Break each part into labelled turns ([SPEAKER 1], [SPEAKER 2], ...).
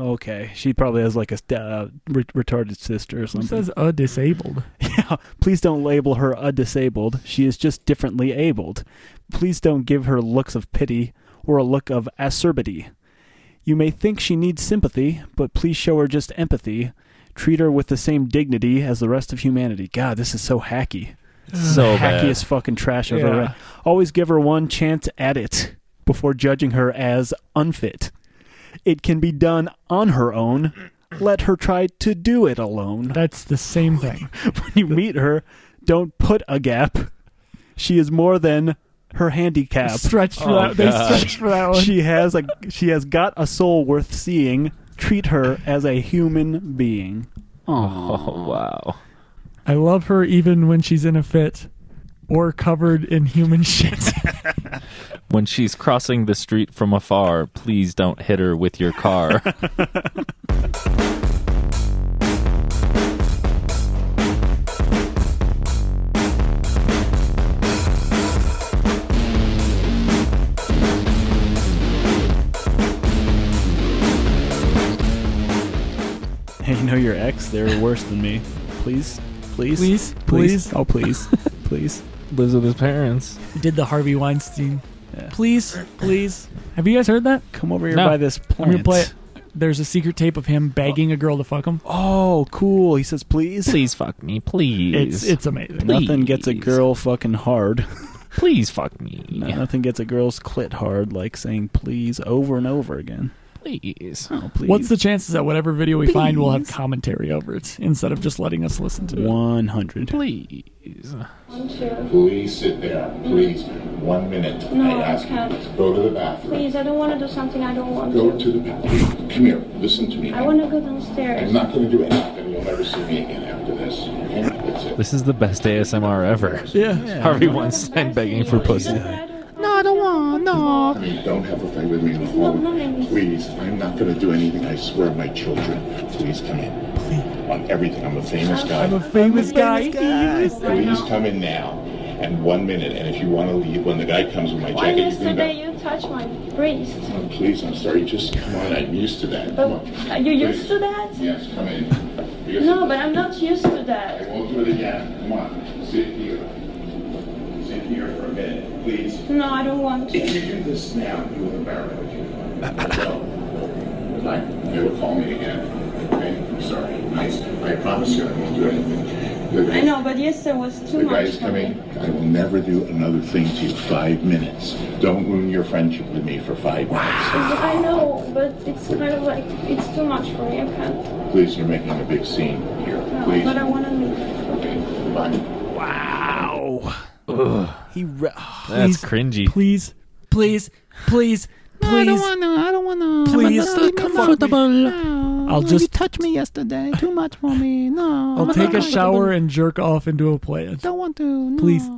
[SPEAKER 1] Okay, she probably has like a st- uh, re- retarded sister or
[SPEAKER 2] Who
[SPEAKER 1] something.
[SPEAKER 2] says uh disabled?
[SPEAKER 1] Yeah, please don't label her a disabled. She is just differently abled. Please don't give her looks of pity or a look of acerbity. You may think she needs sympathy, but please show her just empathy. Treat her with the same dignity as the rest of humanity. God, this is so hacky.
[SPEAKER 3] So bad.
[SPEAKER 1] Hackiest fucking trash I've ever
[SPEAKER 2] Yeah.
[SPEAKER 1] read. Always give her one chance at it before judging her as unfit. It can be done on her own. Let her try to do it alone
[SPEAKER 2] That's the same thing.
[SPEAKER 1] when you meet her, don't put a gap. She is more than her handicap.
[SPEAKER 2] Stretched for
[SPEAKER 3] Oh,
[SPEAKER 2] that. They
[SPEAKER 3] God.
[SPEAKER 2] stretched for that one.
[SPEAKER 1] She has a she has got a soul worth seeing. Treat her as a human being. Oh,
[SPEAKER 3] Oh wow.
[SPEAKER 2] I love her even when she's in a fit or covered in human shit.
[SPEAKER 3] When she's crossing the street from afar, please don't hit her with your car.
[SPEAKER 1] hey, you know your ex? They're worse than me. Please, please,
[SPEAKER 2] Please, please.
[SPEAKER 1] oh please, please.
[SPEAKER 3] Lives with his parents.
[SPEAKER 2] Did the Harvey Weinstein.
[SPEAKER 1] Yeah.
[SPEAKER 2] Please, please. Have you guys heard that?
[SPEAKER 1] Come over here
[SPEAKER 3] No.
[SPEAKER 1] by this
[SPEAKER 2] I'm
[SPEAKER 1] plant.
[SPEAKER 2] gonna play it. There's a secret tape of him begging a girl to fuck him.
[SPEAKER 1] Oh, cool. He says please.
[SPEAKER 3] Please fuck me, please.
[SPEAKER 2] It's it's amazing.
[SPEAKER 3] Please.
[SPEAKER 1] Nothing gets a girl fucking hard.
[SPEAKER 3] please fuck me.
[SPEAKER 1] Nothing gets a girl's clit hard like saying please over and over again.
[SPEAKER 3] Please.
[SPEAKER 1] Oh, please.
[SPEAKER 2] What's the chances that whatever video we find will have
[SPEAKER 3] Please.
[SPEAKER 2] commentary over it instead of just letting us listen to it?
[SPEAKER 1] 100.
[SPEAKER 3] Please.
[SPEAKER 4] Please sit down, please. One minute.
[SPEAKER 5] No,
[SPEAKER 4] I ask
[SPEAKER 5] I can't.
[SPEAKER 4] you. Go to the bathroom.
[SPEAKER 5] Please, I don't want to do something I don't want
[SPEAKER 4] Go
[SPEAKER 5] to.
[SPEAKER 4] to the bathroom. Come here. Listen to me.
[SPEAKER 5] I want to go
[SPEAKER 4] I'm
[SPEAKER 5] downstairs.
[SPEAKER 4] not going to do anything. You'll never see me again after this. Okay? That's it.
[SPEAKER 3] This is the best ASMR ever.
[SPEAKER 2] Yeah.
[SPEAKER 3] Harvey Weinstein begging for pussy.
[SPEAKER 5] No, I don't want.
[SPEAKER 4] I mean, don't have a fight with me in the hallway. Please. I'm not going to do anything. I swear, my children. Please come in. On everything. I'm a famous guy.
[SPEAKER 2] I'm a famous guy. Yes.
[SPEAKER 4] Please come in now. And one minute. And if you want to leave, when the guy comes with my
[SPEAKER 5] Why
[SPEAKER 4] jacket, you can
[SPEAKER 5] yesterday
[SPEAKER 4] go.
[SPEAKER 5] you touched my wrist?
[SPEAKER 4] Oh, please, I'm sorry. Just come on. I'm used to that.
[SPEAKER 5] But
[SPEAKER 4] Come on.
[SPEAKER 5] are you used
[SPEAKER 4] Please.
[SPEAKER 5] to that?
[SPEAKER 4] Yes, come in. Because-
[SPEAKER 5] No, but I'm not used to
[SPEAKER 4] I
[SPEAKER 5] that.
[SPEAKER 4] won't do it again. Come on, sit here. Sit here for a minute, please.
[SPEAKER 5] No, I don't want
[SPEAKER 4] If
[SPEAKER 5] to.
[SPEAKER 4] you do this now, you will embarrass yourself. Like, they will call me again. Okay, I'm sorry. I, I promise you, I won't do anything. The
[SPEAKER 5] I
[SPEAKER 4] guys-
[SPEAKER 5] know, but yesterday was too
[SPEAKER 4] The
[SPEAKER 5] much
[SPEAKER 4] guys
[SPEAKER 5] for me.
[SPEAKER 4] coming. I will never do another thing to you. Five minutes. Don't ruin your friendship with me for five minutes.
[SPEAKER 5] I know, but it's kind of like it's too much for me. I can't.
[SPEAKER 4] Please, you're making a big scene here.
[SPEAKER 5] No,
[SPEAKER 4] Please.
[SPEAKER 5] but I want to leave.
[SPEAKER 4] Okay, bye.
[SPEAKER 1] Wow. He re-
[SPEAKER 3] That's
[SPEAKER 2] Please.
[SPEAKER 3] cringy.
[SPEAKER 2] Please, please, please, please.
[SPEAKER 3] I don't wanna.
[SPEAKER 2] Please, I'll just
[SPEAKER 3] touch me yesterday. Too much for me. No.
[SPEAKER 2] I'll take a shower and jerk off into a plant.
[SPEAKER 3] Don't want to.
[SPEAKER 2] Please,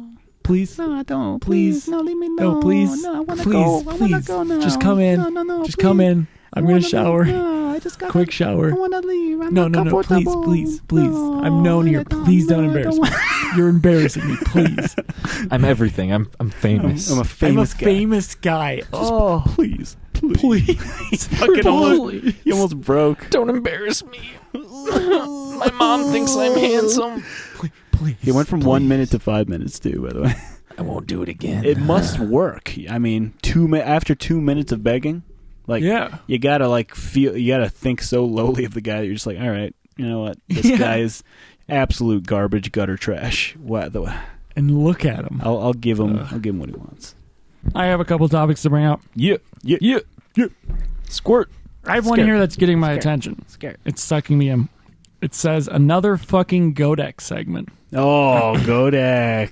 [SPEAKER 2] please,
[SPEAKER 3] No, I don't.
[SPEAKER 2] Please.
[SPEAKER 3] No, leave me
[SPEAKER 2] no, please, please, please. Just come in. Just come in. I'm gonna shower.
[SPEAKER 3] I just got
[SPEAKER 2] Quick shower.
[SPEAKER 3] wanna leave. I'm
[SPEAKER 2] No, no, no. Please, please, please. I'm known here. Please don't embarrass me. You're embarrassing me. Please.
[SPEAKER 3] I'm everything. I'm I'm famous.
[SPEAKER 1] I'm a
[SPEAKER 2] I'm a
[SPEAKER 1] famous guy.
[SPEAKER 2] famous guy. Oh,
[SPEAKER 1] Please, please.
[SPEAKER 2] please.
[SPEAKER 1] Fucking almost, he almost broke.
[SPEAKER 3] don't embarrass me. My mom thinks I'm handsome.
[SPEAKER 2] Please.
[SPEAKER 1] He went from one minute to five minutes too. By the way,
[SPEAKER 3] I won't do it again.
[SPEAKER 1] it must work. I mean, two mi- after two minutes of begging, like
[SPEAKER 2] Yeah.
[SPEAKER 1] you gotta like feel, you gotta think so lowly of the guy that you're just like, all right, you know what, this
[SPEAKER 2] Yeah.
[SPEAKER 1] guy is absolute garbage, gutter trash. What the?
[SPEAKER 2] And look at him.
[SPEAKER 1] I'll, I'll give him, I'll give him what he wants.
[SPEAKER 2] I have a couple topics to bring up.
[SPEAKER 3] Yeah.
[SPEAKER 1] Yeah.
[SPEAKER 3] Yeah. Yeah. Squirt.
[SPEAKER 2] I have one
[SPEAKER 3] Scared.
[SPEAKER 2] here that's getting my attention.
[SPEAKER 1] Scared.
[SPEAKER 2] It's sucking me in. It says another fucking Godex segment.
[SPEAKER 1] Oh, Godak.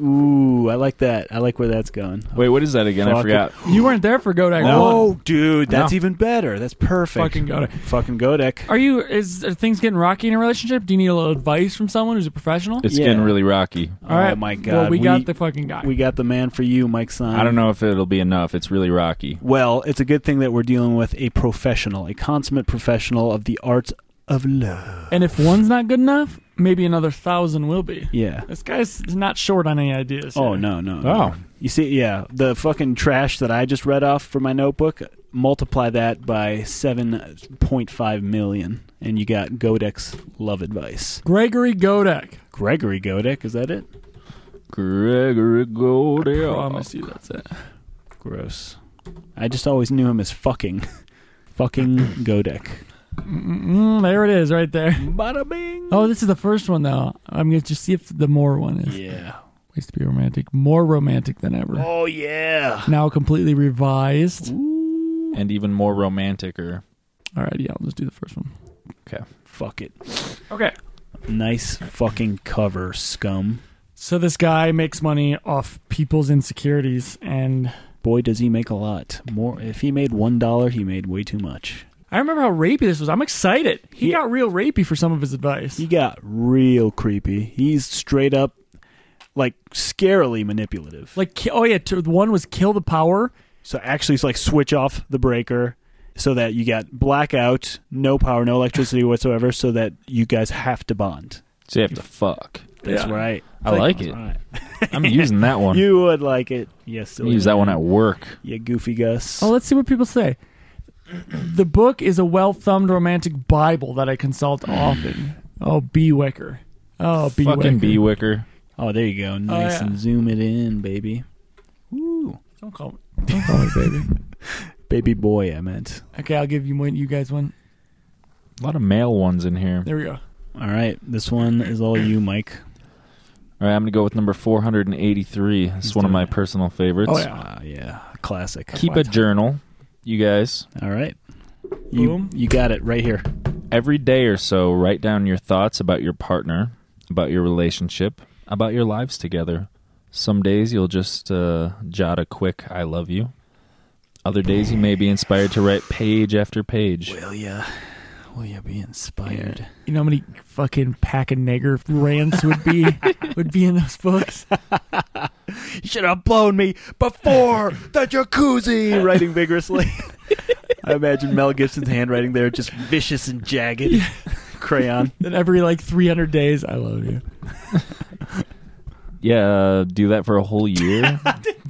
[SPEAKER 1] Ooh, I like that. I like where that's going.
[SPEAKER 3] Wait, what is that again?
[SPEAKER 1] Fuck
[SPEAKER 3] I forgot.
[SPEAKER 2] You weren't there for Godex. one.
[SPEAKER 1] Oh, dude, that's
[SPEAKER 3] No.
[SPEAKER 1] even better. That's perfect.
[SPEAKER 2] Fucking Godex.
[SPEAKER 1] Fucking Godak.
[SPEAKER 2] Are you? Is are things getting rocky in a relationship? Do you need a little advice from someone who's a professional?
[SPEAKER 3] It's
[SPEAKER 1] Yeah.
[SPEAKER 3] getting really rocky.
[SPEAKER 2] All right.
[SPEAKER 1] Oh my god.
[SPEAKER 2] Well, we, got the fucking guy.
[SPEAKER 1] we got the man for you, Mike Son.
[SPEAKER 3] I don't know if it'll be enough. It's really rocky.
[SPEAKER 1] Well, it's a good thing that we're dealing with a professional, a consummate professional of the arts of love.
[SPEAKER 2] and if one's not good enough, maybe another thousand will be.
[SPEAKER 1] Yeah.
[SPEAKER 2] This guy's not short on any ideas.
[SPEAKER 1] Oh
[SPEAKER 2] here.
[SPEAKER 1] no, no.
[SPEAKER 3] Oh.
[SPEAKER 1] You see, yeah, the fucking trash that I just read off from my notebook. multiply that by 7.5 million, and you got Godek's love advice.
[SPEAKER 2] Gregory Godek.
[SPEAKER 1] Gregory Godek, is that it?
[SPEAKER 3] Gregory Goldie.
[SPEAKER 2] Promise you that's it.
[SPEAKER 1] Gross. I just always knew him as fucking. fucking Godek.
[SPEAKER 2] Mm, there it is, right there.
[SPEAKER 1] Bada bing!
[SPEAKER 2] Oh, this is the first one though. I'm gonna just see if the more one is.
[SPEAKER 1] Yeah.
[SPEAKER 2] Ways to be romantic, more romantic than ever.
[SPEAKER 1] Oh, yeah.
[SPEAKER 2] Now completely revised.
[SPEAKER 3] And even more romanticer.
[SPEAKER 2] All right, yeah, let's do the first one.
[SPEAKER 3] Okay.
[SPEAKER 1] Fuck it.
[SPEAKER 2] Okay.
[SPEAKER 1] Nice fucking cover, scum.
[SPEAKER 2] So this guy makes money off people's insecurities, and
[SPEAKER 1] Boy, does he make a lot. More. If he made one dollar, he made way too much.
[SPEAKER 2] I remember how rapey this was. I'm excited. He
[SPEAKER 1] Yeah.
[SPEAKER 2] got real rapey for some of his advice.
[SPEAKER 1] He got real creepy. He's straight up, like scarily manipulative.
[SPEAKER 2] like, ki- oh yeah, t- one was kill the power.
[SPEAKER 1] So actually, it's like switch off the breaker so that you got blackout, no power, no electricity whatsoever, so that you guys have to bond.
[SPEAKER 3] So you have to fuck.
[SPEAKER 1] That's
[SPEAKER 2] Yeah.
[SPEAKER 1] right.
[SPEAKER 3] I like it.
[SPEAKER 1] Right.
[SPEAKER 3] I'm using that one.
[SPEAKER 1] You would like it. Yes.
[SPEAKER 3] I'm gonna use that one at work.
[SPEAKER 1] You goofy Gus.
[SPEAKER 2] Oh, let's see what people say. The book is a well thumbed romantic Bible that I consult often. Oh, B. Wicker. Oh, B.
[SPEAKER 3] Fucking
[SPEAKER 2] Wicker.
[SPEAKER 3] B Wicker.
[SPEAKER 1] Oh, there you go. Nice
[SPEAKER 2] yeah.
[SPEAKER 1] and zoom it in, baby. Ooh.
[SPEAKER 2] Don't call me. Don't call me, baby.
[SPEAKER 1] Baby boy, I meant.
[SPEAKER 2] Okay, I'll give you one. You guys one.
[SPEAKER 3] A lot of male ones in here.
[SPEAKER 2] There we go.
[SPEAKER 1] All right. This one is all you, Mike.
[SPEAKER 3] All right, I'm gonna go with number 483. It's one of my personal favorites.
[SPEAKER 2] Oh, yeah.
[SPEAKER 1] Ah, yeah. Classic.
[SPEAKER 3] Keep a journal, you guys.
[SPEAKER 1] All right. You,
[SPEAKER 2] Boom.
[SPEAKER 1] you got it right here.
[SPEAKER 3] Every day or so, write down your thoughts about your partner, about your relationship, about your lives together. Some days you'll just uh, jot a quick "I love you." Other days you may be inspired to write page after page.
[SPEAKER 1] Will ya? Will ya be inspired?
[SPEAKER 2] You know how many fucking pack of nigger rants would be would be in those books?
[SPEAKER 1] You should have blown me before the jacuzzi. Writing vigorously. I imagine Mel Gibson's handwriting there, just vicious and jagged. Crayon.
[SPEAKER 2] Then every like 300 days, I love you.
[SPEAKER 3] Yeah, uh, do that for a whole year,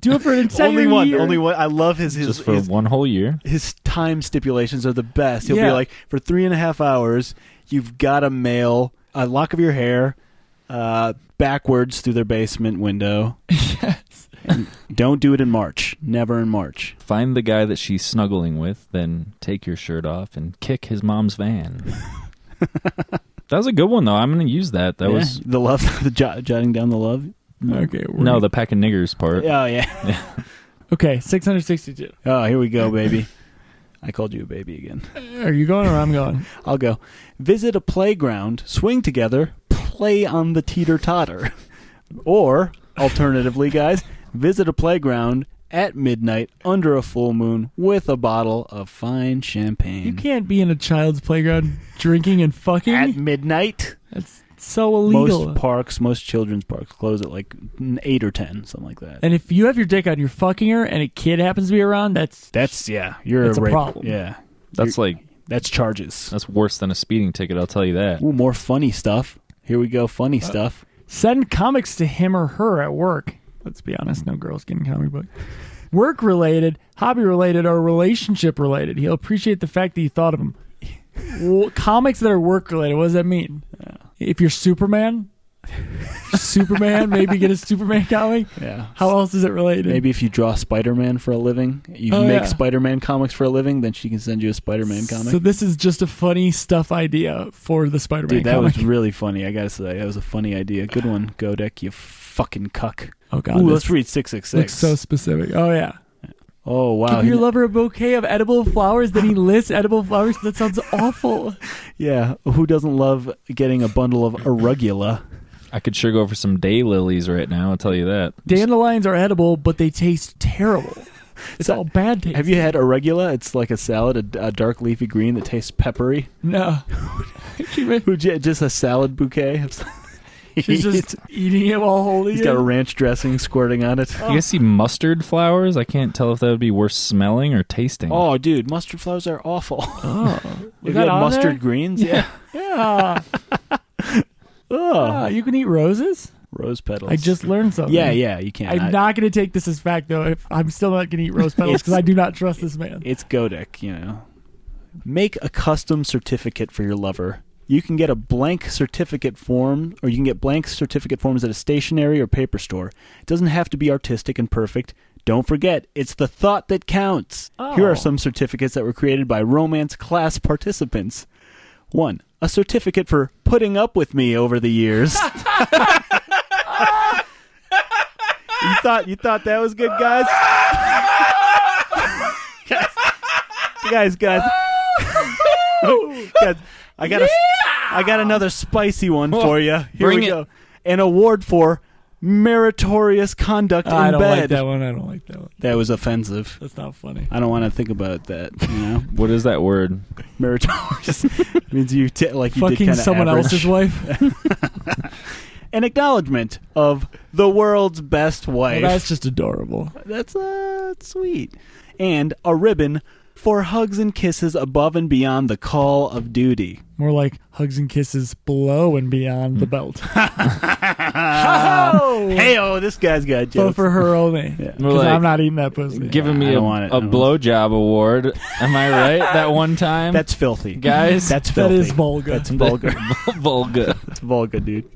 [SPEAKER 2] Do it for an entire
[SPEAKER 1] only one.
[SPEAKER 2] year.
[SPEAKER 1] Only one. I love his his,
[SPEAKER 3] just for
[SPEAKER 1] his,
[SPEAKER 3] one whole year.
[SPEAKER 1] his time stipulations are the best. He'll be
[SPEAKER 2] Yeah.
[SPEAKER 1] like, for three and a half hours, you've got to mail a lock of your hair uh, backwards through their basement window.
[SPEAKER 2] yes.
[SPEAKER 1] Don't do it in March. Never in March.
[SPEAKER 3] Find the guy that she's snuggling with, then take your shirt off and kick his mom's van. that was a good one, though. I'm going to use that. That
[SPEAKER 1] Yeah,
[SPEAKER 3] was
[SPEAKER 1] the love, the jot, jotting down the love.
[SPEAKER 2] Okay. we're-
[SPEAKER 3] no the pack of niggers part.
[SPEAKER 1] Oh yeah.
[SPEAKER 2] Okay, 662.
[SPEAKER 1] Oh, here we go, baby. I called you a baby again.
[SPEAKER 2] Are you going or I'm going?
[SPEAKER 1] I'll go. Visit a playground, swing together, play on the teeter totter. Or, alternatively, guys, visit a playground at midnight under a full moon with a bottle of fine champagne.
[SPEAKER 2] You can't be in a child's playground drinking and fucking.
[SPEAKER 1] At midnight?
[SPEAKER 2] That's so illegal.
[SPEAKER 1] Most parks, most children's parks close at like 8 or 10, something like that.
[SPEAKER 2] and if you have your dick out and you're fucking her and a kid happens to be around, that's
[SPEAKER 1] that's, yeah, you're
[SPEAKER 2] That's a
[SPEAKER 1] rape-
[SPEAKER 2] problem.
[SPEAKER 1] Yeah,
[SPEAKER 3] That's like
[SPEAKER 1] that's charges.
[SPEAKER 3] that's worse than a speeding ticket. I'll tell you that.
[SPEAKER 1] Ooh, more funny stuff. Here we go, funny
[SPEAKER 2] Uh,
[SPEAKER 1] stuff.
[SPEAKER 2] send comics to him or her at work. Let's be honest, no girls getting comic book. Work related, hobby related, or relationship related. He'll appreciate the fact that you thought of him. Well, comics that are work related, what does that mean? If you're Superman, Superman, maybe get a Superman comic.
[SPEAKER 1] Yeah.
[SPEAKER 2] How else is it related?
[SPEAKER 1] Maybe if you draw Spider Man for a living, you
[SPEAKER 2] Oh,
[SPEAKER 1] make
[SPEAKER 2] yeah.
[SPEAKER 1] Spider Man comics for a living, then she can send you a Spider Man comic.
[SPEAKER 2] So this is just a funny stuff idea for the Spider-Man
[SPEAKER 1] Dude, that
[SPEAKER 2] comic.
[SPEAKER 1] was really funny. I gotta say, that was a funny idea. Good one, Godek, you fucking cuck.
[SPEAKER 2] oh god,
[SPEAKER 1] Ooh,
[SPEAKER 2] this
[SPEAKER 1] let's read
[SPEAKER 2] looks
[SPEAKER 1] 666.
[SPEAKER 2] so specific. Oh yeah,
[SPEAKER 1] oh, wow.
[SPEAKER 2] give your
[SPEAKER 1] He-
[SPEAKER 2] lover a bouquet of edible flowers. Then he lists edible flowers. That sounds awful.
[SPEAKER 1] yeah, who doesn't love getting a bundle of arugula?
[SPEAKER 3] I could sure go for some day lilies right now. I'll tell you that.
[SPEAKER 2] Dandelions are edible, but they taste terrible. It's all bad taste.
[SPEAKER 1] Have you had arugula? It's like a salad, a, a dark leafy green that tastes peppery.
[SPEAKER 2] No.
[SPEAKER 1] Who j- Just a salad bouquet. of-
[SPEAKER 2] She's just eating it while holding
[SPEAKER 1] He's
[SPEAKER 2] it.
[SPEAKER 1] got a ranch dressing squirting on it.
[SPEAKER 3] You guys see mustard flowers? I can't tell if that would be worse smelling or tasting.
[SPEAKER 1] Oh, dude, mustard flowers are awful.
[SPEAKER 2] oh.
[SPEAKER 1] Have
[SPEAKER 2] Is
[SPEAKER 1] you
[SPEAKER 2] that
[SPEAKER 1] had
[SPEAKER 2] on
[SPEAKER 1] mustard greens? Yeah.
[SPEAKER 2] there? Yeah.
[SPEAKER 1] Ugh.
[SPEAKER 2] Ah, you Uh, can eat roses.
[SPEAKER 1] Rose petals.
[SPEAKER 2] Oh. I just learned something.
[SPEAKER 1] Yeah, yeah, you can't.
[SPEAKER 2] I'm not going to take this as fact though. If I'm still not going to eat rose petals because I do not trust this man.
[SPEAKER 1] It's Godek, you know. Make a custom certificate for your lover. You can get a blank certificate form, or you can get blank certificate forms at a stationery or paper store. It doesn't have to be artistic and perfect. Don't forget, it's the thought that counts. Here
[SPEAKER 2] Oh.
[SPEAKER 1] are some certificates that were created by romance class participants. One, a certificate for putting up with me over the years. you thought you thought that was good, guys? guys, guys, guys. Guys, I got a, I got another spicy one for you. Here
[SPEAKER 3] bring
[SPEAKER 1] we
[SPEAKER 3] it.
[SPEAKER 1] go. An award for meritorious conduct in
[SPEAKER 2] I don't
[SPEAKER 1] bed.
[SPEAKER 2] like that one. I don't like that one.
[SPEAKER 1] That was offensive.
[SPEAKER 2] That's not funny.
[SPEAKER 1] I don't want to think about that. You know,
[SPEAKER 3] What is that word?
[SPEAKER 1] meritorious means you t- like you did
[SPEAKER 2] Fucking
[SPEAKER 1] kind of
[SPEAKER 2] someone
[SPEAKER 1] average.
[SPEAKER 2] else's wife.
[SPEAKER 1] An acknowledgement of the world's best
[SPEAKER 2] Well,
[SPEAKER 1] wife.
[SPEAKER 2] that's just adorable.
[SPEAKER 1] That's uh, sweet. And a ribbon for hugs and kisses above and beyond the call of duty.
[SPEAKER 2] More like hugs and kisses below and beyond
[SPEAKER 1] Hmm.
[SPEAKER 2] the belt.
[SPEAKER 1] Hey, oh, this guy's got jokes.
[SPEAKER 2] But for her only.
[SPEAKER 3] We're
[SPEAKER 2] 'Cause
[SPEAKER 3] like,
[SPEAKER 2] I'm not eating that pussy.
[SPEAKER 3] giving
[SPEAKER 1] I
[SPEAKER 3] me a,
[SPEAKER 1] don't want it. I
[SPEAKER 3] a
[SPEAKER 1] don't
[SPEAKER 3] blowjob award. Am I right? That one time,
[SPEAKER 1] That's filthy,
[SPEAKER 3] guys.
[SPEAKER 1] That's
[SPEAKER 2] that
[SPEAKER 1] filthy.
[SPEAKER 2] is vulgar.
[SPEAKER 1] That's vulgar.
[SPEAKER 3] vulgar.
[SPEAKER 1] That's vulgar, dude.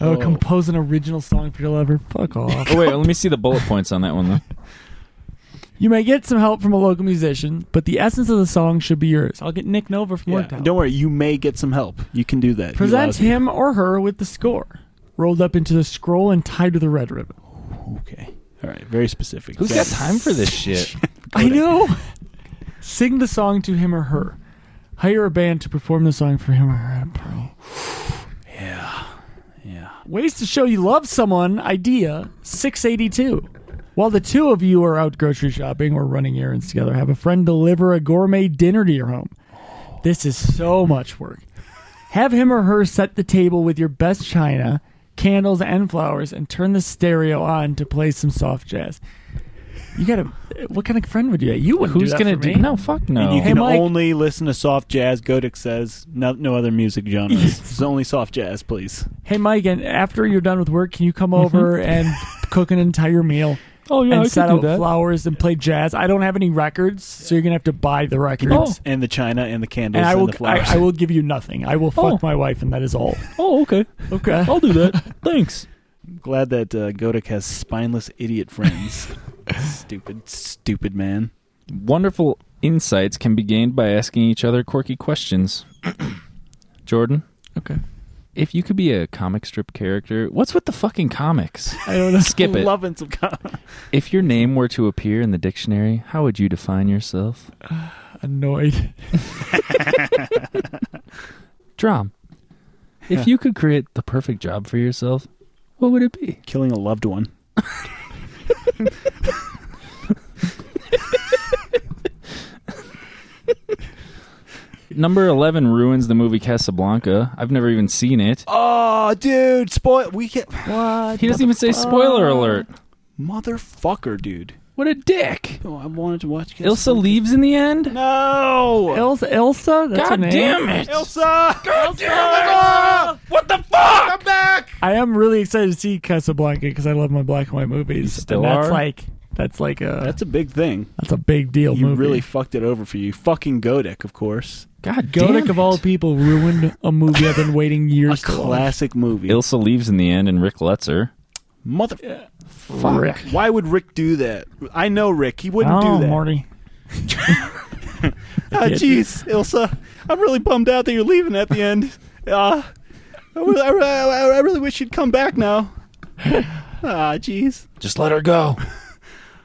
[SPEAKER 2] oh,
[SPEAKER 1] Whoa.
[SPEAKER 2] compose an original song for your lover. Fuck off.
[SPEAKER 3] Oh wait, let me see the bullet points on that one though.
[SPEAKER 2] You may get some help from a local musician, but the essence of the song should be yours. I'll get Nick Nova from
[SPEAKER 1] Yeah.
[SPEAKER 2] Worktown.
[SPEAKER 1] Don't worry, you may get some help. You can do that. You
[SPEAKER 2] Present
[SPEAKER 1] lousy-
[SPEAKER 2] him or her with the score, rolled up into the scroll and tied with a red ribbon.
[SPEAKER 1] Okay. All right. Very specific.
[SPEAKER 3] Who's got time for this shit?
[SPEAKER 2] I know. Sing the song to him or her. Hire a band to perform the song for him or her. Pearl.
[SPEAKER 1] Yeah.
[SPEAKER 2] Ways to show you love someone. Idea 682. While the two of you are out grocery shopping or running errands together, have a friend deliver a gourmet dinner to your home. This is so much work. Have him or her set the table with your best china, candles, and flowers, and turn the stereo on to play some soft jazz. You gotta. What kind of friend would you? You wouldn't.
[SPEAKER 3] Who's
[SPEAKER 2] do that
[SPEAKER 3] gonna
[SPEAKER 2] for
[SPEAKER 3] do?
[SPEAKER 2] me.
[SPEAKER 3] No, fuck no.
[SPEAKER 1] And you
[SPEAKER 2] Hey,
[SPEAKER 1] can
[SPEAKER 2] Mike.
[SPEAKER 1] only listen to soft jazz. Godek says no, no other music genres. it's only soft jazz, please.
[SPEAKER 2] Hey, Mike, and after you're done with work, can you come over and cook an entire meal?
[SPEAKER 3] oh Mm-hmm. yeah,
[SPEAKER 2] and
[SPEAKER 3] I
[SPEAKER 2] set
[SPEAKER 3] could do
[SPEAKER 2] out
[SPEAKER 3] that.
[SPEAKER 2] flowers and play jazz. I don't have any records, so you're gonna have to buy the records.
[SPEAKER 3] Oh.
[SPEAKER 1] And the china and the candles and,
[SPEAKER 2] Oh. And I will,
[SPEAKER 1] the flowers.
[SPEAKER 2] I, I will give you nothing. I will fuck
[SPEAKER 3] Oh.
[SPEAKER 2] my wife, and that is all. Uh,
[SPEAKER 3] Oh okay,
[SPEAKER 2] Okay.
[SPEAKER 3] I'll do that. Thanks.
[SPEAKER 1] I'm glad that uh, Godek has spineless idiot friends. stupid, stupid man.
[SPEAKER 3] Wonderful insights can be gained by asking each other quirky questions. Jordan,
[SPEAKER 2] Okay.
[SPEAKER 3] if you could be a comic strip character, what's with the fucking comics?
[SPEAKER 2] I don't know.
[SPEAKER 3] Skip it.
[SPEAKER 1] Loving some. Com-
[SPEAKER 3] If your name were to appear in the dictionary, how would you define yourself?
[SPEAKER 2] Annoyed.
[SPEAKER 3] Drum. If you could create the perfect job for yourself, what would it be?
[SPEAKER 1] Killing a loved one.
[SPEAKER 3] Number 11 ruins the movie Casablanca. I've never even seen it.
[SPEAKER 1] Oh, dude! Spoil. We get
[SPEAKER 2] What?
[SPEAKER 3] He doesn't even say spoiler alert.
[SPEAKER 1] motherfucker, dude.
[SPEAKER 3] What a dick.
[SPEAKER 1] Oh, I wanted to watch.
[SPEAKER 3] Ilsa leaves in the end?
[SPEAKER 1] No.
[SPEAKER 2] Elsa? Elsa? That's her
[SPEAKER 3] God
[SPEAKER 2] name?
[SPEAKER 3] damn it.
[SPEAKER 1] Elsa.
[SPEAKER 3] God damn it. What the fuck? I'm back.
[SPEAKER 2] I am really excited to see Casablanca because I love my black and white movies.
[SPEAKER 3] still
[SPEAKER 2] and that's
[SPEAKER 3] are?
[SPEAKER 2] like that's like a that's,
[SPEAKER 1] That's a big thing.
[SPEAKER 2] a big deal.
[SPEAKER 1] You
[SPEAKER 2] movie.
[SPEAKER 1] really fucked it over for you. Fucking Godek, of course.
[SPEAKER 3] God damn
[SPEAKER 2] Godek
[SPEAKER 3] it.
[SPEAKER 2] of all people ruined a movie I've been waiting
[SPEAKER 1] A
[SPEAKER 2] years to watch.
[SPEAKER 1] classic movie.
[SPEAKER 3] Ilsa leaves in the end and Rick lets her.
[SPEAKER 1] Mother.
[SPEAKER 3] Fuck.
[SPEAKER 2] Rick.
[SPEAKER 1] Why would Rick do that? I know Rick. He wouldn't
[SPEAKER 2] Oh,
[SPEAKER 1] do that.
[SPEAKER 2] Morty.
[SPEAKER 1] Ah, Jeez, Ilsa, I'm really bummed out that you're leaving at the end. Uh, I, really, I, I- I really wish you'd come back now. Ah, jeez.
[SPEAKER 3] Just let her go.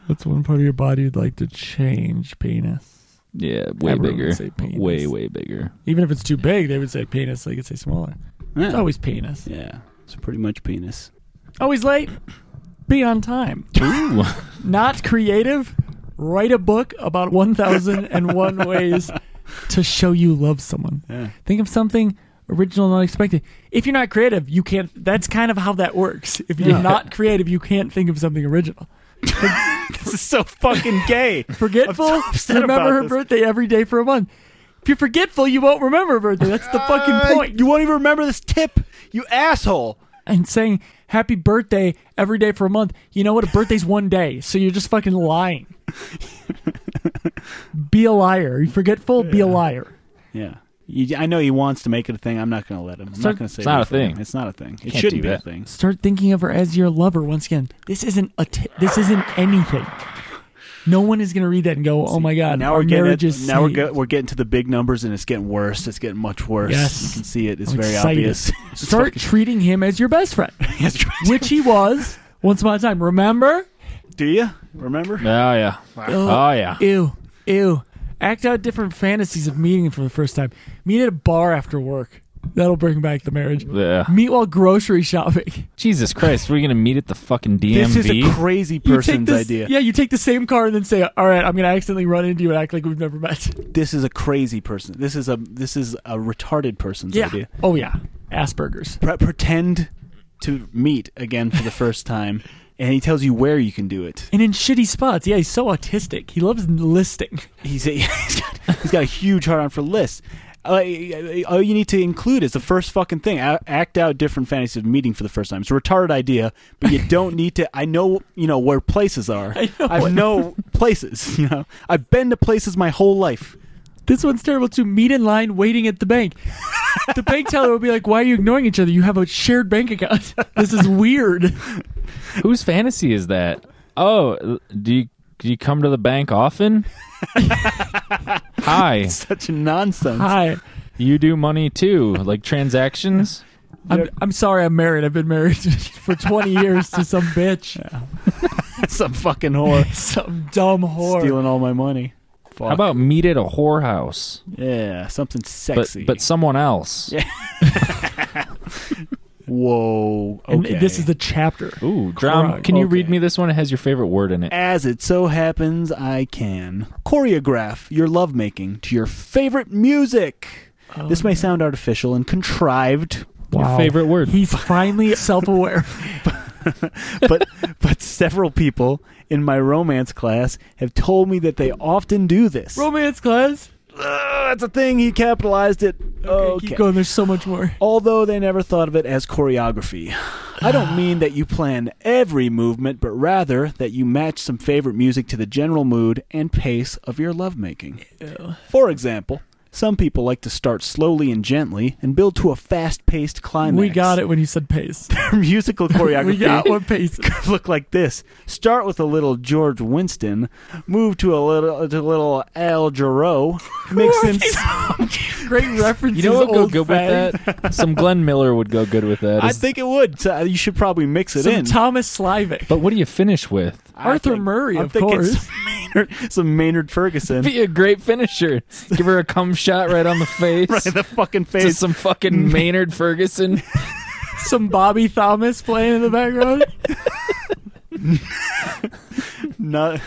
[SPEAKER 2] That's one part of your body you'd like to change, penis.
[SPEAKER 3] Yeah, way
[SPEAKER 2] Everyone would
[SPEAKER 3] bigger.
[SPEAKER 2] say penis.
[SPEAKER 3] Way, way bigger.
[SPEAKER 2] Even if it's too big, they would say penis. They could say smaller. It's
[SPEAKER 1] Yeah.
[SPEAKER 2] always penis.
[SPEAKER 1] yeah, so pretty much penis.
[SPEAKER 2] Always late. Be on time.
[SPEAKER 3] Ooh.
[SPEAKER 2] Not creative. Write a book about 1001 ways to show you love someone.
[SPEAKER 1] Yeah.
[SPEAKER 2] Think of something original and unexpected. If you're not creative, you can't. That's kind of how that works. If you're
[SPEAKER 1] Yeah.
[SPEAKER 2] not creative, you can't think of something original.
[SPEAKER 1] This is so fucking gay.
[SPEAKER 2] Forgetful.
[SPEAKER 1] I'm so upset
[SPEAKER 2] remember
[SPEAKER 1] about
[SPEAKER 2] her
[SPEAKER 1] this.
[SPEAKER 2] birthday every day for a month. If you're forgetful, you won't remember her birthday. That's the fucking
[SPEAKER 1] Uh,
[SPEAKER 2] point.
[SPEAKER 1] You won't even remember this tip, you asshole.
[SPEAKER 2] and saying, happy birthday every day for a month. You know what? A birthday's one day, so you're just fucking lying. be a liar. You forgetful? Be a liar.
[SPEAKER 1] Yeah. You, I know he wants to make it a thing. I'm not going to let him. I'm
[SPEAKER 2] Start-
[SPEAKER 1] not going to say
[SPEAKER 3] It's not
[SPEAKER 1] no
[SPEAKER 3] a
[SPEAKER 1] for him.
[SPEAKER 3] thing.
[SPEAKER 1] It's not a thing. It
[SPEAKER 3] Can't
[SPEAKER 1] shouldn't
[SPEAKER 3] do
[SPEAKER 1] be a
[SPEAKER 3] that.
[SPEAKER 1] thing.
[SPEAKER 2] Start thinking of her as your lover once again. This isn't a. T- this isn't anything. No one is gonna read that and go, "Oh my god,
[SPEAKER 1] now
[SPEAKER 2] our
[SPEAKER 1] we're getting
[SPEAKER 2] marriage
[SPEAKER 1] it-
[SPEAKER 2] is
[SPEAKER 1] now we're
[SPEAKER 2] saved."
[SPEAKER 1] go, we're getting to the big numbers and it's getting worse. It's getting much worse.
[SPEAKER 2] Yes.
[SPEAKER 1] you can see it. It's
[SPEAKER 2] I'm
[SPEAKER 1] very
[SPEAKER 2] excited.
[SPEAKER 1] obvious. It's
[SPEAKER 2] Start treating him as your best friend,
[SPEAKER 1] fucking-
[SPEAKER 2] which he was once upon a time. Remember?
[SPEAKER 1] do you remember?
[SPEAKER 3] Oh yeah.
[SPEAKER 1] Uh-huh.
[SPEAKER 3] Oh yeah.
[SPEAKER 2] Ew, ew. Act out different fantasies of meeting for the first time. Meet at a bar after work. That'll bring back the marriage.
[SPEAKER 3] Yeah.
[SPEAKER 2] Meet while grocery shopping.
[SPEAKER 3] Jesus Christ, we're gonna meet at the fucking DMV.
[SPEAKER 1] This is a crazy
[SPEAKER 2] You take
[SPEAKER 1] person's
[SPEAKER 2] this,
[SPEAKER 1] idea.
[SPEAKER 2] Yeah, you take the same car and then say, "All right, I'm gonna accidentally run into you and act like we've never met."
[SPEAKER 1] This is a crazy person. This is a this is a retarded person's
[SPEAKER 2] Yeah.
[SPEAKER 1] idea.
[SPEAKER 2] Oh yeah. Asperger's.
[SPEAKER 1] Pre- pretend to meet again for the first time, and he tells you where you can do it.
[SPEAKER 2] And in shitty spots. Yeah, he's so autistic. He loves listing.
[SPEAKER 1] He's, he's got he's got a huge heart on for lists. Uh, all you need to include is the first fucking thing. A- Act out different fantasies of meeting for the first time. It's a retarded idea, but you don't need to. I know you know where places are.
[SPEAKER 2] I know.
[SPEAKER 1] I know places. You know, I've been to places my whole life.
[SPEAKER 2] This one's terrible too. Meet in line waiting at the bank. the bank teller will be like, Why are you ignoring each other? You have a shared bank account. This is weird.
[SPEAKER 3] Whose fantasy is that? Oh, do you do you come to the bank often? Hi,
[SPEAKER 1] Such nonsense.
[SPEAKER 2] Hi.
[SPEAKER 3] you do money too, like transactions.
[SPEAKER 2] I'm, I'm sorry I'm married. I've been married for 20 years to some bitch.
[SPEAKER 1] Some fucking whore
[SPEAKER 2] Some dumb whore.
[SPEAKER 1] stealing all my money. Fuck.
[SPEAKER 3] How about meet at a whorehouse,
[SPEAKER 1] yeah, something
[SPEAKER 3] but
[SPEAKER 1] sexy.
[SPEAKER 3] but someone else?
[SPEAKER 1] Yeah. whoa.
[SPEAKER 2] And
[SPEAKER 1] Okay.
[SPEAKER 2] This is the chapter.
[SPEAKER 3] Ooh, Drum,
[SPEAKER 2] Crud.
[SPEAKER 3] can you
[SPEAKER 1] Okay.
[SPEAKER 3] read me this one? It has your favorite word in it.
[SPEAKER 1] As it so happens, I can choreograph your lovemaking to your favorite music.
[SPEAKER 2] Oh,
[SPEAKER 1] this may sound artificial and contrived,
[SPEAKER 3] Your favorite word.
[SPEAKER 2] He's finally self aware.
[SPEAKER 1] but but several people in my romance class have told me that they often do this.
[SPEAKER 2] Romance class.
[SPEAKER 1] Ugh, that's a thing. He capitalized it. Okay.
[SPEAKER 2] Keep going. There's so much more.
[SPEAKER 1] Although they never thought of it as choreography. I don't mean that you plan every movement, but rather that you match some favorite music to the general mood and pace of your lovemaking. For example, some people like to start slowly and gently and build to a fast paced climax.
[SPEAKER 2] We got it when you said pace.
[SPEAKER 1] Their musical choreography
[SPEAKER 2] we got what pace.
[SPEAKER 1] could look like this. Start with a little George Winston, move to a little to a little Al Jarreau, mix in some
[SPEAKER 2] Great references.
[SPEAKER 3] You know what go
[SPEAKER 2] old
[SPEAKER 3] good
[SPEAKER 2] fag.
[SPEAKER 3] with that? Some Glenn Miller would go good with that.
[SPEAKER 1] I
[SPEAKER 3] Is-
[SPEAKER 1] think it would. So uh, you should probably mix it
[SPEAKER 2] Some
[SPEAKER 1] in.
[SPEAKER 2] Thomas Slavic.
[SPEAKER 3] but what do you finish with?
[SPEAKER 1] I
[SPEAKER 2] Arthur
[SPEAKER 1] think-
[SPEAKER 2] Murray,
[SPEAKER 1] I'm
[SPEAKER 2] of
[SPEAKER 1] thinking
[SPEAKER 2] course.
[SPEAKER 1] Some Maynard, some Maynard Ferguson.
[SPEAKER 3] Be a great finisher. Give her a cum shot right on the face.
[SPEAKER 1] Right in the fucking
[SPEAKER 3] to
[SPEAKER 1] face.
[SPEAKER 3] some fucking Maynard Ferguson.
[SPEAKER 2] Some Bobby Thomas playing in the background.
[SPEAKER 1] No,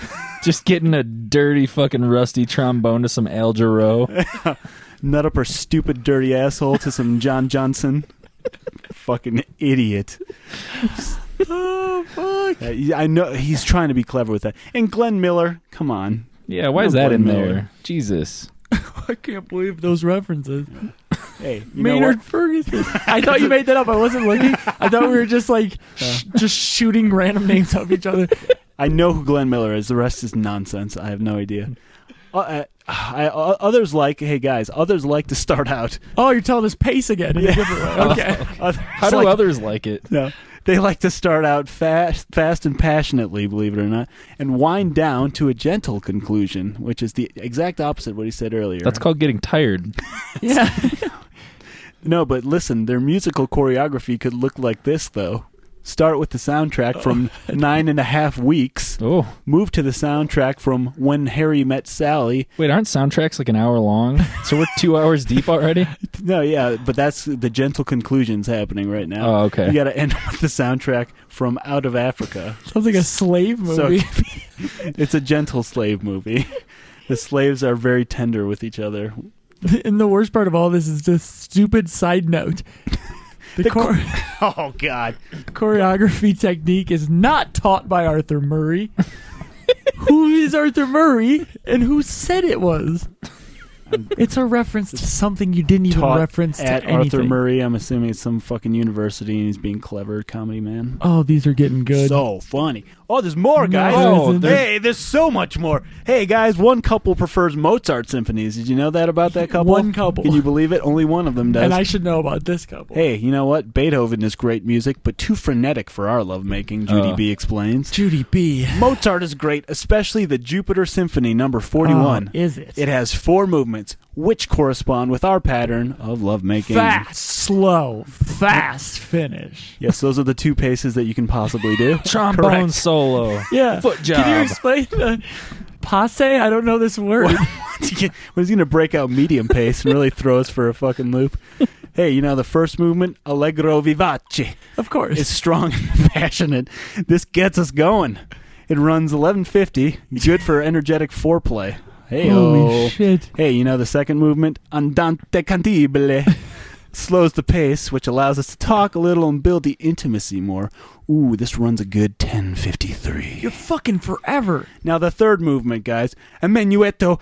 [SPEAKER 3] Just getting a dirty fucking rusty trombone to some Al Jarreau.
[SPEAKER 1] nut up her stupid dirty asshole to some John Johnson. fucking idiot.
[SPEAKER 2] oh fuck.
[SPEAKER 1] Uh, yeah, I know he's trying to be clever with that. And Glenn Miller, come on.
[SPEAKER 3] Yeah, why is
[SPEAKER 1] No
[SPEAKER 3] that in
[SPEAKER 1] Glenn
[SPEAKER 3] there?
[SPEAKER 1] Miller.
[SPEAKER 3] Jesus.
[SPEAKER 2] I can't believe those references.
[SPEAKER 1] Hey, you know
[SPEAKER 2] Maynard
[SPEAKER 1] what?
[SPEAKER 2] Ferguson. I thought you made that up. I wasn't looking. I thought we were just like sh- just shooting random names off each other.
[SPEAKER 1] I know who Glenn Miller is. The rest is nonsense. I have no idea. Uh, uh, I, uh, others like, hey guys, others like to start out.
[SPEAKER 2] Oh, you're telling us pace again in a different way. Okay.
[SPEAKER 1] Others
[SPEAKER 3] How do
[SPEAKER 1] like
[SPEAKER 3] others like it?
[SPEAKER 1] No. They like to start out fast, fast and passionately, believe it or not, and wind down to a gentle conclusion, which is the exact opposite of what he said earlier.
[SPEAKER 3] That's called getting tired.
[SPEAKER 2] Yeah.
[SPEAKER 1] No, but listen, their musical choreography could look like this, though. Start with the soundtrack from Nine and a Half Weeks,
[SPEAKER 3] Oh,
[SPEAKER 1] move to the soundtrack from When Harry Met Sally.
[SPEAKER 3] wait, aren't soundtracks like an hour long? So we're two hours deep already?
[SPEAKER 1] No, yeah, but that's the gentle conclusions happening right now.
[SPEAKER 3] Oh, okay.
[SPEAKER 1] You got to end with the soundtrack from Out of Africa.
[SPEAKER 2] Sounds like a slave
[SPEAKER 1] So
[SPEAKER 2] movie.
[SPEAKER 1] it's a gentle slave movie. The slaves are very tender with each other.
[SPEAKER 2] and the worst part of all this is this stupid side note. The, chor-
[SPEAKER 1] Oh God!
[SPEAKER 2] choreography technique is not taught by Arthur Murray. who is Arthur Murray and who said it was? It's a reference to something you didn't even
[SPEAKER 1] Taught
[SPEAKER 2] reference to
[SPEAKER 1] at Arthur
[SPEAKER 2] anything.
[SPEAKER 1] Murray. I'm assuming it's some fucking university, and he's being clever, comedy man.
[SPEAKER 2] Oh, these are getting good.
[SPEAKER 1] So funny. Oh, there's more,
[SPEAKER 2] No,
[SPEAKER 1] guys.
[SPEAKER 2] there
[SPEAKER 1] oh,
[SPEAKER 2] isn't.
[SPEAKER 1] there's- hey, there's so much more. Hey, guys, one couple prefers Mozart symphonies. Did you know that about that couple?
[SPEAKER 2] One couple.
[SPEAKER 1] Can you believe it? Only one of them does.
[SPEAKER 2] and I should know about this couple.
[SPEAKER 1] hey, you know what? Beethoven is great music, but too frenetic for our lovemaking, Judy
[SPEAKER 3] Uh.
[SPEAKER 1] B explains.
[SPEAKER 2] Judy B.
[SPEAKER 1] Mozart is great, especially the Jupiter Symphony number 41.
[SPEAKER 2] Oh, is it?
[SPEAKER 1] It has four movements, which correspond with our pattern of lovemaking.
[SPEAKER 2] Fast, slow, fast finish.
[SPEAKER 1] Yes, those are the two paces that you can possibly do.
[SPEAKER 3] Trombone
[SPEAKER 1] Correct.
[SPEAKER 3] solo.
[SPEAKER 2] Yeah.
[SPEAKER 3] Foot
[SPEAKER 2] Can you
[SPEAKER 3] job.
[SPEAKER 2] explain the passe? I don't know this word.
[SPEAKER 1] Well, he's going to break out medium pace and really throw us for a fucking loop. Hey, you know, the first movement, Allegro Vivace,
[SPEAKER 2] Of course.
[SPEAKER 1] is strong and passionate. This gets us going. It runs 1150, good for energetic foreplay. Hey,
[SPEAKER 2] Holy shit.
[SPEAKER 1] Hey, you know the second movement, andante cantibile, slows the pace, which allows us to talk a little and build the intimacy more. Ooh, this runs a good 1053.
[SPEAKER 2] You're fucking forever.
[SPEAKER 1] Now the third movement, guys, Amenuetto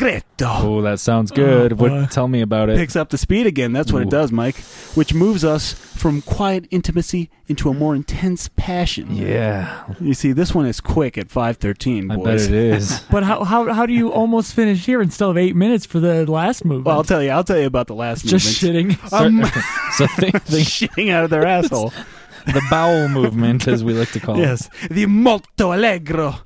[SPEAKER 1] Allegretto,
[SPEAKER 3] Oh, that sounds good.
[SPEAKER 2] Oh, boy.
[SPEAKER 3] what, tell me about it.
[SPEAKER 1] picks up the speed again. That's what it
[SPEAKER 3] Ooh.
[SPEAKER 1] does, Mike, which moves us from quiet intimacy into a more intense passion.
[SPEAKER 3] Yeah,
[SPEAKER 1] You see, this one is quick at 513,
[SPEAKER 3] I
[SPEAKER 1] boys.
[SPEAKER 3] bet it is.
[SPEAKER 2] But how, how how do you almost finish here and still have eight minutes for the last movement?
[SPEAKER 1] Well, I'll tell you, I'll tell you about the last
[SPEAKER 2] just
[SPEAKER 1] movement.
[SPEAKER 2] shitting.
[SPEAKER 1] Um,
[SPEAKER 3] so think, think
[SPEAKER 1] shitting out of their asshole.
[SPEAKER 3] the bowel movement, as we like to call it.
[SPEAKER 1] Yes, the molto allegro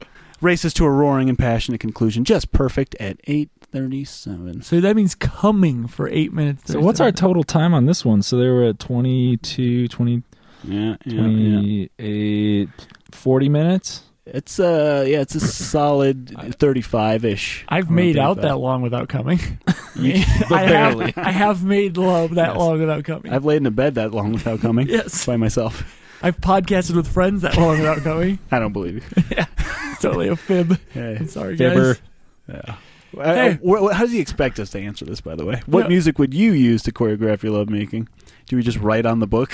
[SPEAKER 1] races to a roaring and passionate conclusion, just perfect at eight thirty-seven.
[SPEAKER 2] So that means coming for eight minutes.
[SPEAKER 3] So what's our total time on this one? So they were at 22, 20,
[SPEAKER 1] Yeah, yeah, yeah.
[SPEAKER 3] 28, 40 minutes.
[SPEAKER 1] It's uh, yeah, it's a solid thirty-five-ish.
[SPEAKER 2] I've
[SPEAKER 1] Around
[SPEAKER 2] made out
[SPEAKER 1] 35.
[SPEAKER 2] that long without coming.
[SPEAKER 1] but
[SPEAKER 2] I have,
[SPEAKER 1] barely.
[SPEAKER 2] I have made love that
[SPEAKER 1] Yes.
[SPEAKER 2] long without coming.
[SPEAKER 1] I've laid in a bed that long without coming.
[SPEAKER 2] yes,
[SPEAKER 1] by myself.
[SPEAKER 2] I've podcasted with friends that long without coming.
[SPEAKER 1] I don't believe you.
[SPEAKER 2] It's totally a fib.
[SPEAKER 1] Hey.
[SPEAKER 2] I'm sorry,
[SPEAKER 3] Fibber.
[SPEAKER 2] guys.
[SPEAKER 1] Yeah. I-
[SPEAKER 2] Hey.
[SPEAKER 1] I- wh- wh- how does he expect us to answer this? By the way, what
[SPEAKER 2] Yeah.
[SPEAKER 1] music would you use to choreograph your lovemaking? Do we just write on the book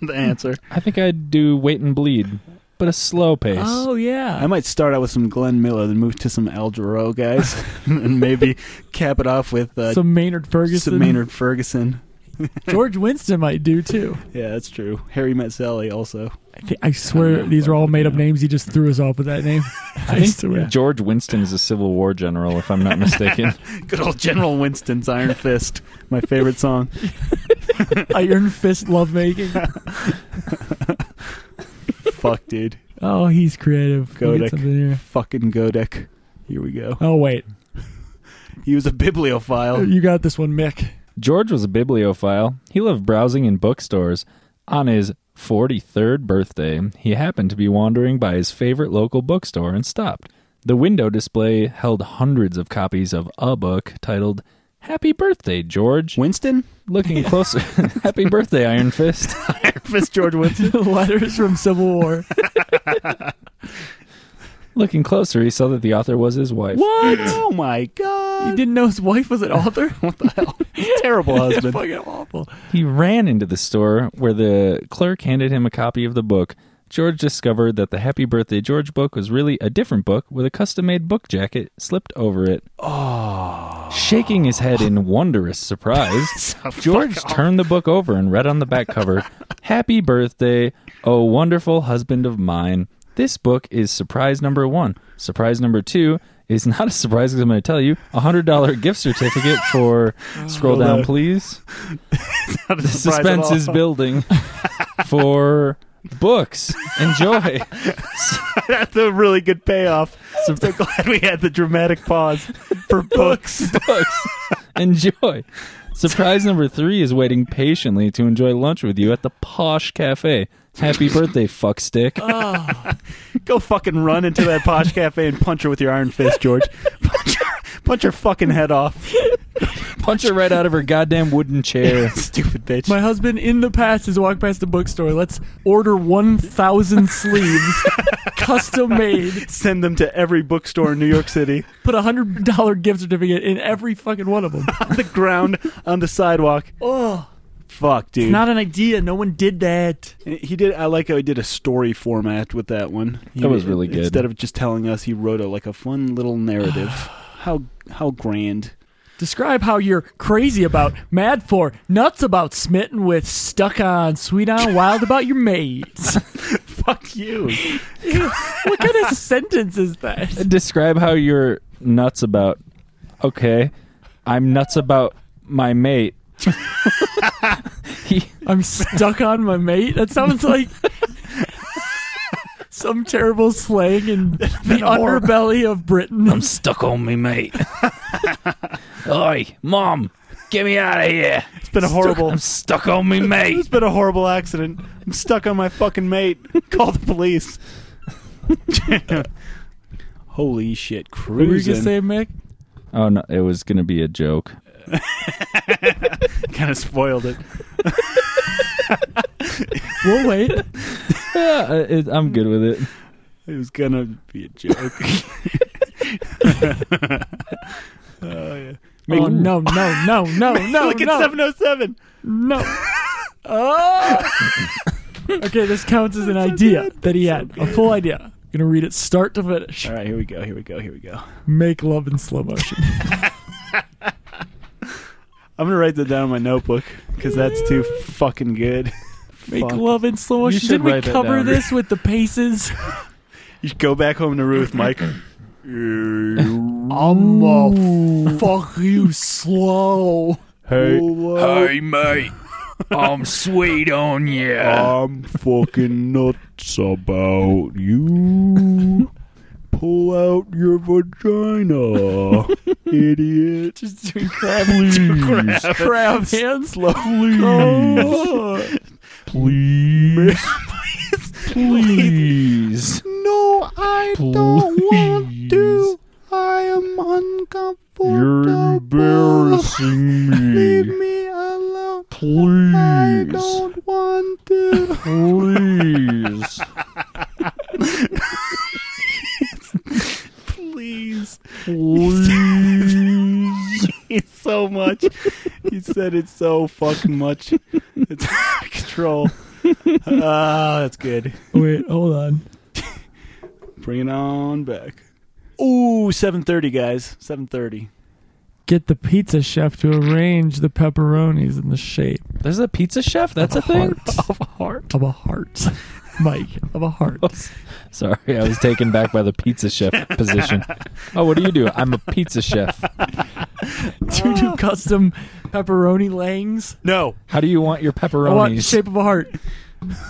[SPEAKER 1] the answer?
[SPEAKER 3] I think I'd do wait and bleed, but a slow pace.
[SPEAKER 2] Oh
[SPEAKER 1] I
[SPEAKER 2] yeah,
[SPEAKER 1] might start out with some Glenn Miller, then move to some Al Jarreau guys, and maybe cap it off with uh, some,
[SPEAKER 2] some Maynard Ferguson,
[SPEAKER 1] Maynard Ferguson.
[SPEAKER 2] George Winston might do too.
[SPEAKER 1] Yeah, that's true. Harry Met Sally also.
[SPEAKER 2] I, thi- I swear
[SPEAKER 1] know.
[SPEAKER 2] these are all made up
[SPEAKER 1] Yeah.
[SPEAKER 2] names. He just threw us off with that name. I swear.
[SPEAKER 3] George Winston is a Civil War general, if I'm not mistaken.
[SPEAKER 1] Good old General Winston's Iron Fist, my favorite song.
[SPEAKER 2] Iron fist lovemaking.
[SPEAKER 1] Fuck, dude.
[SPEAKER 2] Oh, he's creative.
[SPEAKER 1] Go
[SPEAKER 2] We get
[SPEAKER 1] Dick.
[SPEAKER 2] something here.
[SPEAKER 1] Fucking Godek. Here we go.
[SPEAKER 2] Oh wait, Oh,
[SPEAKER 1] He was a bibliophile.
[SPEAKER 2] you got this one, Mick.
[SPEAKER 3] George was a bibliophile. He loved browsing in bookstores. On his 43rd birthday, he happened to be wandering by his favorite local bookstore and stopped. The window display held hundreds of copies of a book titled Happy Birthday, George.
[SPEAKER 1] Winston?
[SPEAKER 3] Looking closer, Happy Birthday, Iron Fist.
[SPEAKER 1] Iron Fist George Winston.
[SPEAKER 2] Letters from Civil War.
[SPEAKER 3] Looking closer, he saw that the author was his wife.
[SPEAKER 2] What?
[SPEAKER 1] Oh my
[SPEAKER 2] He
[SPEAKER 1] god.
[SPEAKER 2] didn't know his wife was an author.
[SPEAKER 1] What the hell? Terrible husband.
[SPEAKER 2] Fucking awful.
[SPEAKER 3] He ran into the store where the clerk handed him a copy of the book. George discovered that the Happy Birthday George book was really a different book with a custom made book jacket slipped over it. Oh. Shaking his head in wondrous surprise, George turned the book over and read on the back cover Happy Birthday, O Wonderful Husband of Mine. This book is surprise number one. Surprise number two is not a surprise because I'm going to tell you a $100 gift certificate for. Scroll down, please
[SPEAKER 1] Not a surprise
[SPEAKER 3] the
[SPEAKER 1] at
[SPEAKER 3] suspense
[SPEAKER 1] all.
[SPEAKER 3] is building for books. Enjoy.
[SPEAKER 1] That's a really good payoff. I'm so glad we had the dramatic pause for books.
[SPEAKER 3] books. Enjoy. Surprise number three is waiting patiently to enjoy lunch with you at the posh cafe. Happy birthday, fuckstick.
[SPEAKER 1] Ah, Go fucking run into that posh cafe and punch her with your iron fist, George. Punch her, punch her fucking head off,
[SPEAKER 3] Punch her right out of her goddamn wooden chair.
[SPEAKER 1] stupid bitch.
[SPEAKER 2] My husband in the past has walked past the bookstore. Let's order 1,000 sleeves, custom made.
[SPEAKER 1] Send them to every bookstore in New York City.
[SPEAKER 2] Put a $100 gift certificate in every fucking one of them.
[SPEAKER 1] on the ground, on the sidewalk.
[SPEAKER 2] Oh,
[SPEAKER 1] Fuck, dude.
[SPEAKER 2] it's not an idea. No one did that.
[SPEAKER 1] he did. I like how he did a story format with that one. He,
[SPEAKER 3] That was really good.
[SPEAKER 1] Instead of just telling us, he wrote a, like a fun little narrative. how how grand.
[SPEAKER 2] Describe how you're crazy about, mad for, nuts about, smitten with, stuck on, sweet on, wild about your mates.
[SPEAKER 1] Fuck you.
[SPEAKER 2] what kind of sentence is that?
[SPEAKER 3] Describe how you're nuts about. Okay, I'm nuts about my mate. He-
[SPEAKER 2] I'm stuck on my mate? That sounds like some terrible slang in the underbelly of Britain.
[SPEAKER 3] I'm stuck on me mate. Oi, mom, get me out of here.
[SPEAKER 1] It's been a horrible.
[SPEAKER 3] I'm stuck on me mate.
[SPEAKER 1] It's been a horrible accident. I'm stuck on my fucking mate. Call the police. Holy shit,
[SPEAKER 2] what were you
[SPEAKER 1] cruising.
[SPEAKER 2] going to say, Mick?
[SPEAKER 3] Oh no, it was gonna be a joke.
[SPEAKER 1] kind of spoiled it.
[SPEAKER 2] We'll wait.
[SPEAKER 3] Yeah, uh, it, I'm good with it.
[SPEAKER 1] It was gonna be a joke. oh yeah.
[SPEAKER 2] oh, no, no, no, no, no,
[SPEAKER 1] Look
[SPEAKER 2] no,
[SPEAKER 1] at 707.
[SPEAKER 2] no. Oh! okay, this counts as an idea
[SPEAKER 1] good.
[SPEAKER 2] that he had, a full idea. gonna read it start to finish.
[SPEAKER 1] All right, here we go. Here we go. Here we go.
[SPEAKER 2] Make love in slow motion.
[SPEAKER 1] I'm gonna write that down in my notebook because that's too fucking good.
[SPEAKER 2] Make
[SPEAKER 1] Fuck.
[SPEAKER 2] love in slow motion.
[SPEAKER 3] should
[SPEAKER 2] Did we
[SPEAKER 3] write that
[SPEAKER 2] cover
[SPEAKER 3] down.
[SPEAKER 2] this with the paces?
[SPEAKER 1] You go back home to Ruth, Mike.
[SPEAKER 2] I'ma fuck you slow.
[SPEAKER 1] hey,
[SPEAKER 3] mate, I'm sweet on you.
[SPEAKER 1] I'm fucking nuts about you. Pull out your vagina, idiot.
[SPEAKER 2] Just doing crab Please.
[SPEAKER 1] Grab it.
[SPEAKER 2] crab hands.
[SPEAKER 1] Slowly. Please.
[SPEAKER 3] Please.
[SPEAKER 1] No, I don't want to. I am uncomfortable.
[SPEAKER 3] You're embarrassing
[SPEAKER 1] Leave
[SPEAKER 3] me.
[SPEAKER 1] me alone. I
[SPEAKER 3] Please.
[SPEAKER 1] don't want to.
[SPEAKER 3] Please.
[SPEAKER 1] Please.
[SPEAKER 3] Please.
[SPEAKER 1] It's so much. You said it's so fucking much. It's out of control. Ah, that's good.
[SPEAKER 2] Wait, hold on.
[SPEAKER 1] Bring it on back. Ooh, 7.30, guys. 7.30.
[SPEAKER 2] Get the pizza chef to arrange the pepperonis in the shape
[SPEAKER 3] There's a pizza chef? That's a thing?
[SPEAKER 2] heart. of a heart of a heart, Mike of a heart.
[SPEAKER 3] Sorry, I was taken back by the pizza chef position. Oh, what do you do? I'm a pizza chef.
[SPEAKER 2] Do you do custom pepperoni langs?
[SPEAKER 1] No.
[SPEAKER 3] How do you want your
[SPEAKER 2] I want the
[SPEAKER 3] pepperonis?
[SPEAKER 2] shape of a heart.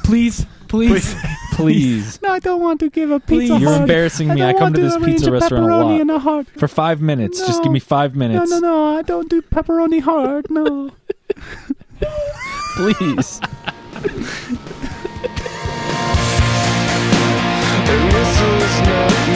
[SPEAKER 2] Please, please.
[SPEAKER 3] Please.
[SPEAKER 1] No, I don't want to give a pizza
[SPEAKER 2] Please.
[SPEAKER 3] You're
[SPEAKER 1] heart.
[SPEAKER 3] embarrassing me. I,
[SPEAKER 1] don't
[SPEAKER 3] come
[SPEAKER 1] want
[SPEAKER 3] to this
[SPEAKER 1] arrange
[SPEAKER 3] pizza
[SPEAKER 1] a
[SPEAKER 3] restaurant a
[SPEAKER 1] pepperoni
[SPEAKER 3] lot.
[SPEAKER 1] and a heart.
[SPEAKER 3] For five minutes. Just
[SPEAKER 1] No.
[SPEAKER 3] give me five
[SPEAKER 1] No,
[SPEAKER 3] minutes.
[SPEAKER 1] no, no. I don't do pepperoni hard. No.
[SPEAKER 3] Please.
[SPEAKER 6] And this is not